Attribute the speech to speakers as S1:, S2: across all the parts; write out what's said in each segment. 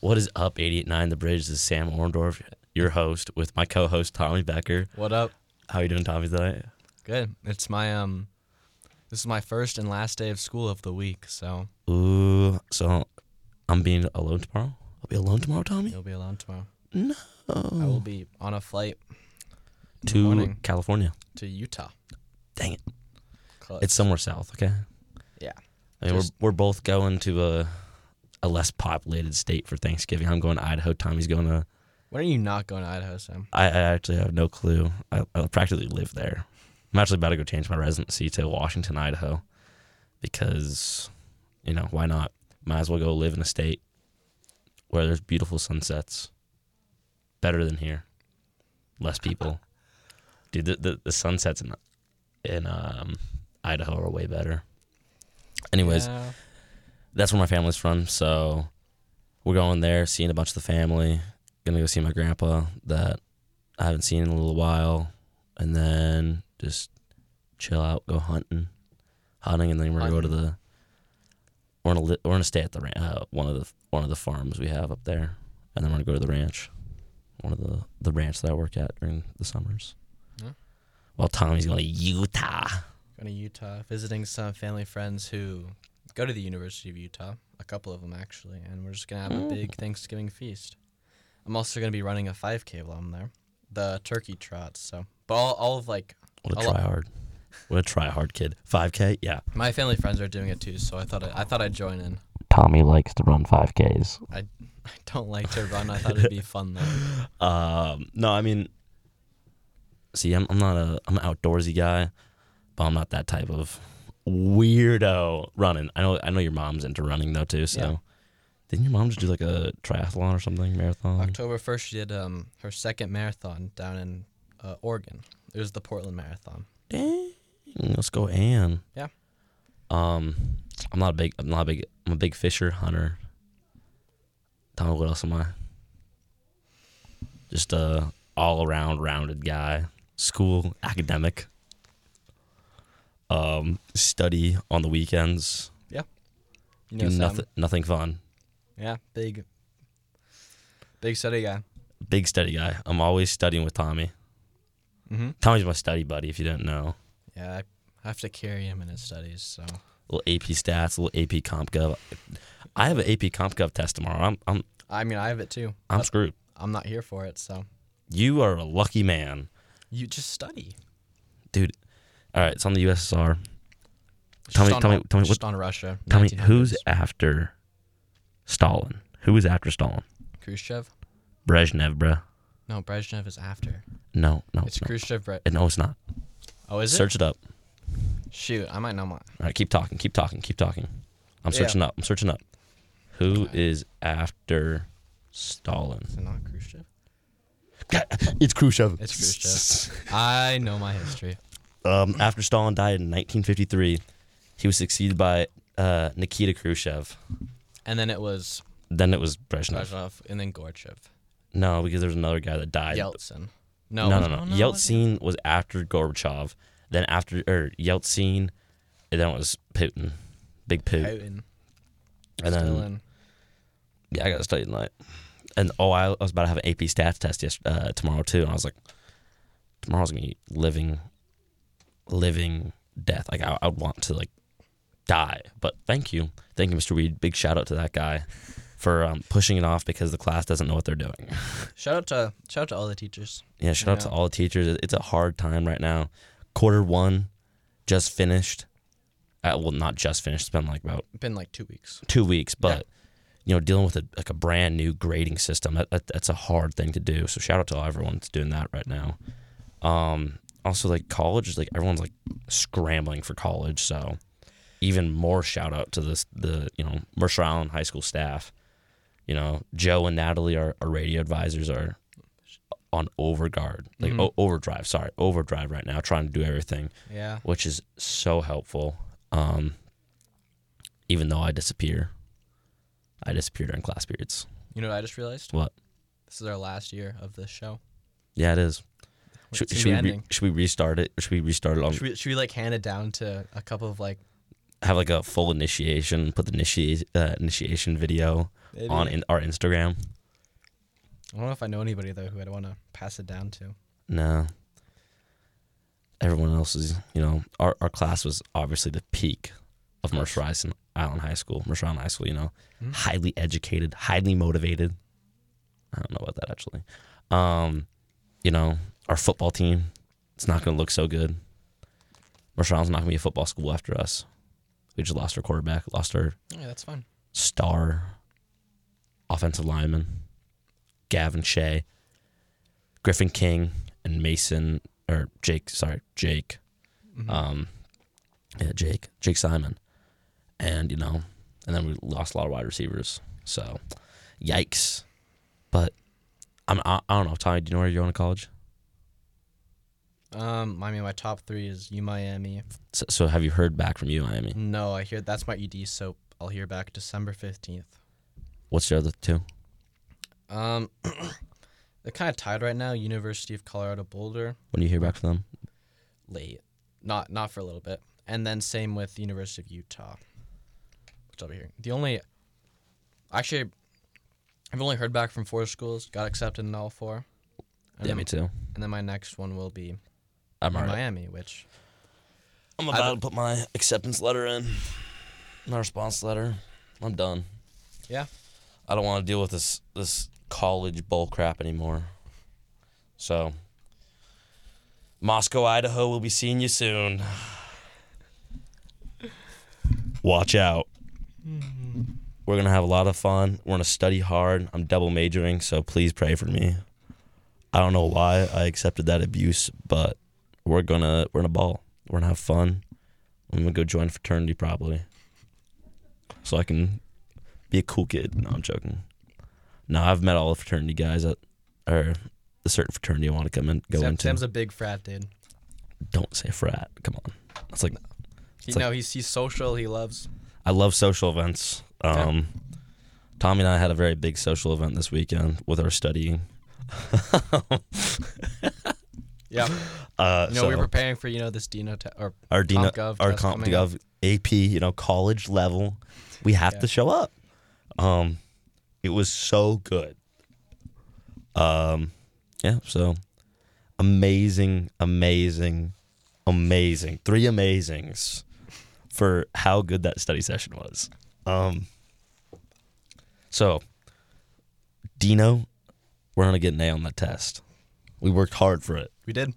S1: What is up, 88.9 The Bridge? This is Sam Orndorff, your host, with my co-host Tommy Becker.
S2: What up?
S1: How you doing, Tommy, tonight?
S2: Good. It's my um this is my first and last day of school of the week, so
S1: Ooh, so I'm being alone tomorrow? I'll be alone tomorrow, Tommy?
S2: you'll be alone tomorrow. I
S1: No.
S2: will be on a flight in the
S1: To
S2: morning
S1: California.
S2: to Utah.
S1: Dang it.
S2: Clutch.
S1: It's somewhere south, okay?
S2: yeah.
S1: I mean,
S2: Just-
S1: we're, we're both going to a, a less populated state for Thanksgiving. I'm going to Idaho. Tommy's going to...
S2: When are you not going to Idaho, Sam?
S1: I, I actually have no clue. I, I practically live there. I'm actually about to go change my residency to Washington, Idaho, because, you know, why not? Might as well go live in a state where there's beautiful sunsets. Better than here. Less people. Dude, the, the, the sunsets in, in um, Idaho are way better. Anyways,
S2: Yeah.
S1: that's where my family's from. So we're going there, seeing a bunch of the family. Gonna go see my grandpa that I haven't seen in a little while, and then just chill out, go hunting, hunting, and then we're gonna go to the. We're gonna li- we're gonna stay at the ran- uh, one of the one of the farms we have up there, and then we're gonna go to the ranch, one of the the ranch that I work at during the summers.
S2: Yeah.
S1: While Tommy's going to Utah.
S2: Going to Utah, visiting some family friends who go to the University of Utah, a couple of them actually, and we're just going to have
S1: Mm.
S2: a big Thanksgiving feast. I'm also going to be running a 5K while I'm there, the turkey trots, so. But all, all of like
S1: What a
S2: I lo-
S1: try hard. What a try hard kid. 5K? Yeah.
S2: my family friends are doing it too, so I thought I, I thought I'd join in.
S1: Tommy likes to run 5Ks.
S2: I, I don't like to run. I thought it'd be fun though.
S1: Um, no, I mean, see, I'm, I'm not a I'm an outdoorsy guy, but I'm not that type of weirdo running. I know I know your mom's into running though too. So,
S2: Yeah.
S1: didn't your mom just do like a triathlon or something, marathon?
S2: October first, she did um her second marathon down in uh, Oregon. It was the Portland Marathon.
S1: Dang, let's go, Anne.
S2: Yeah.
S1: Um, I'm not a big I'm not a big I'm a big fisher hunter. Tommy, what else am I? Just a all around rounded guy. School, academic. Um, study on the weekends.
S2: You
S1: do
S2: Sam?
S1: nothing, nothing fun.
S2: Yeah, big, big study guy.
S1: Big study guy. I'm always studying with Tommy.
S2: Mm-hmm.
S1: Tommy's my study buddy. If you didn't know,
S2: Yeah, I have to carry him in his studies. So
S1: little AP stats, little AP comp gov. I have an AP comp gov test tomorrow. I'm I'm
S2: I mean, I have it too.
S1: I'm
S2: but
S1: screwed.
S2: I'm not here for it. So
S1: You are a lucky man.
S2: you just study.
S1: Dude. All right, it's on the USSR.
S2: It's
S1: Tell
S2: just
S1: me-
S2: on
S1: tell me-
S2: Ru-
S1: tell me
S2: just on Russia.
S1: Tell me who's
S2: 1900s.
S1: after Stalin? Who was after Stalin?
S2: Khrushchev?
S1: Brezhnev, bruh.
S2: No, Brezhnev is after.
S1: No, no.
S2: It's
S1: no.
S2: Khrushchev. Bre-
S1: no, it's not.
S2: oh, is
S1: Search it up.
S2: it? Shoot, I might know my.
S1: All right, keep talking, keep talking, keep talking. I'm
S2: Yeah.
S1: searching up. I'm searching up. Who is
S2: Okay.
S1: after Stalin?
S2: Is it not Khrushchev?
S1: It's Khrushchev.
S2: It's Khrushchev. I know my history.
S1: Um, after Stalin died in 1953, he was succeeded by uh, Nikita Khrushchev.
S2: And then it was
S1: Then it was Brezhnev.
S2: Brezhnev and then Gorchev.
S1: No, because there was another guy that died.
S2: Yeltsin.
S1: No,
S2: No,
S1: no,
S2: was-
S1: no.
S2: oh, was it?
S1: Yeltsin was after Gorbachev, then after or Yeltsin, and then it was Putin, big Putin,
S2: Putin.
S1: and then
S2: Still in.
S1: yeah, I got to study tonight. And oh, I was about to have an AP Stats test yes, uh, tomorrow too, and I was like, tomorrow's gonna be living, living death. Like I, I'd want to like die, but thank you, thank you, Mr. Weed. Big shout out to that guy for um, pushing it off because the class doesn't know what they're doing.
S2: Shout out to shout out to all the teachers.
S1: Yeah, shout out to
S2: Yeah.
S1: all the teachers. It- It's a hard time right now. Quarter one, just finished. Uh, well, not just finished. It's been like about
S2: It's been like two weeks.
S1: two weeks, but you know, dealing with a, like a brand new grading system that, that, that's a hard thing to do. So shout out to all everyone that's doing that right now. Um, also, like college is like everyone's like scrambling for college. So even more shout out to this the you know Mercer Island High School staff. You know, Joe and Natalie, our, our radio advisors, are on overguard, like o- overdrive. Sorry, overdrive right now, trying to do everything
S2: Yeah.
S1: which is so helpful. Um, even though I disappear, I disappear during class periods.
S2: You know what I just realized?
S1: What?
S2: This is our last year of this show.
S1: Yeah, it is.
S2: It's
S1: Should,
S2: gonna
S1: should
S2: be
S1: we re-
S2: ending.
S1: should we restart it? Should we restart it on?
S2: Should we, should we like hand it down to a couple of like
S1: have like a full initiation, put the initiate uh, initiation video
S2: Maybe.
S1: on in our Instagram.
S2: I don't know if I know anybody though who I'd want to pass it down to.
S1: No. Everyone else is, you know, our, our class was obviously the peak of Mercer Island, Island High School, Mercer Island High School, you know,
S2: Mhm.
S1: highly educated, highly motivated. I don't know about that actually. Um, you know, our football team, it's not going to look so good. Mercer Island's not going to be a football school after us. We just lost our quarterback, lost our
S2: Yeah, that's fine.
S1: star offensive lineman, Gavin Shea, Griffin King, and Mason or Jake. Sorry, Jake.
S2: Mhm.
S1: Um, yeah, Jake. Jake Simon, and you know, and then we lost a lot of wide receivers. So, yikes. But I'm I, I don't know, Tommy. Do you know where you're going to college?
S2: Um, I mean, my top three is U Miami.
S1: So, so have you heard back from you, Miami?
S2: No, I hear that's my ED soap. I'll hear back December fifteenth.
S1: What's your other two?
S2: Um, they're kind of tied right now. University of Colorado Boulder
S1: When do you hear back from them?
S2: late, not not for a little bit, and then same with University of Utah, which I'll be hearing. The only, actually, I've only heard back from four schools. Got accepted in all four. And
S1: yeah,
S2: then,
S1: me too.
S2: And then my next one will be
S1: I'm alright.
S2: Miami, which
S1: I'm
S2: about
S1: to put my acceptance letter in, my response letter. I'm done.
S2: Yeah.
S1: I don't want to deal with this this college bull crap anymore. So, Moscow, Idaho, we'll be seeing you soon. Watch out. We're gonna have a lot of fun. We're gonna study hard. I'm double majoring, so please pray for me. I don't know why I accepted that abuse, but we're gonna we're gonna ball. We're gonna have fun. I'm gonna go join a fraternity probably, so I can be a cool kid. No, I'm joking. No, I've met all the fraternity guys at or the certain fraternity I want to come in go
S2: Sam,
S1: into.
S2: Sam's a big frat dude.
S1: don't say frat. Come on, that's like
S2: He,
S1: It's like-
S2: no, he's he's social. He loves.
S1: I love social events.
S2: Okay.
S1: Um, Tommy and I had a very big social event this weekend with our studying.
S2: Yeah.
S1: Uh,
S2: You know,
S1: so
S2: we were preparing for you know this Dino te- or
S1: our Dina,
S2: CompGov
S1: our
S2: test coming
S1: CompGov AP, you know, college level, we have
S2: Yeah.
S1: to show up. Um, it was so good. Um, yeah, so amazing, amazing, amazing. Three amazings for how good that study session was. Um, so Dino, we're gonna get an A on that test. We worked hard for it
S2: we did.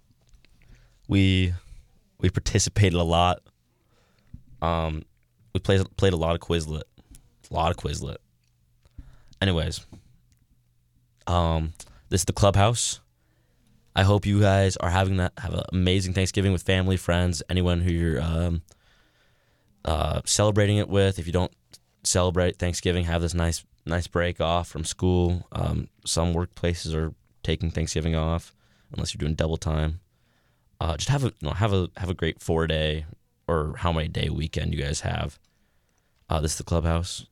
S1: we we participated a lot. Um, we played played a lot of Quizlet, a lot of Quizlet. Anyways, um, this is the clubhouse. I hope you guys are having that have an amazing Thanksgiving with family, friends, anyone who you're um, uh, celebrating it with. If you don't celebrate Thanksgiving, have this nice nice break off from school. Um, some workplaces are taking Thanksgiving off unless you're doing double time uh, just have a you know, have a have a great four day or how many day weekend you guys have. Uh, this is the clubhouse.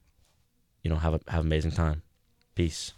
S1: You know, have a have an amazing time. Peace.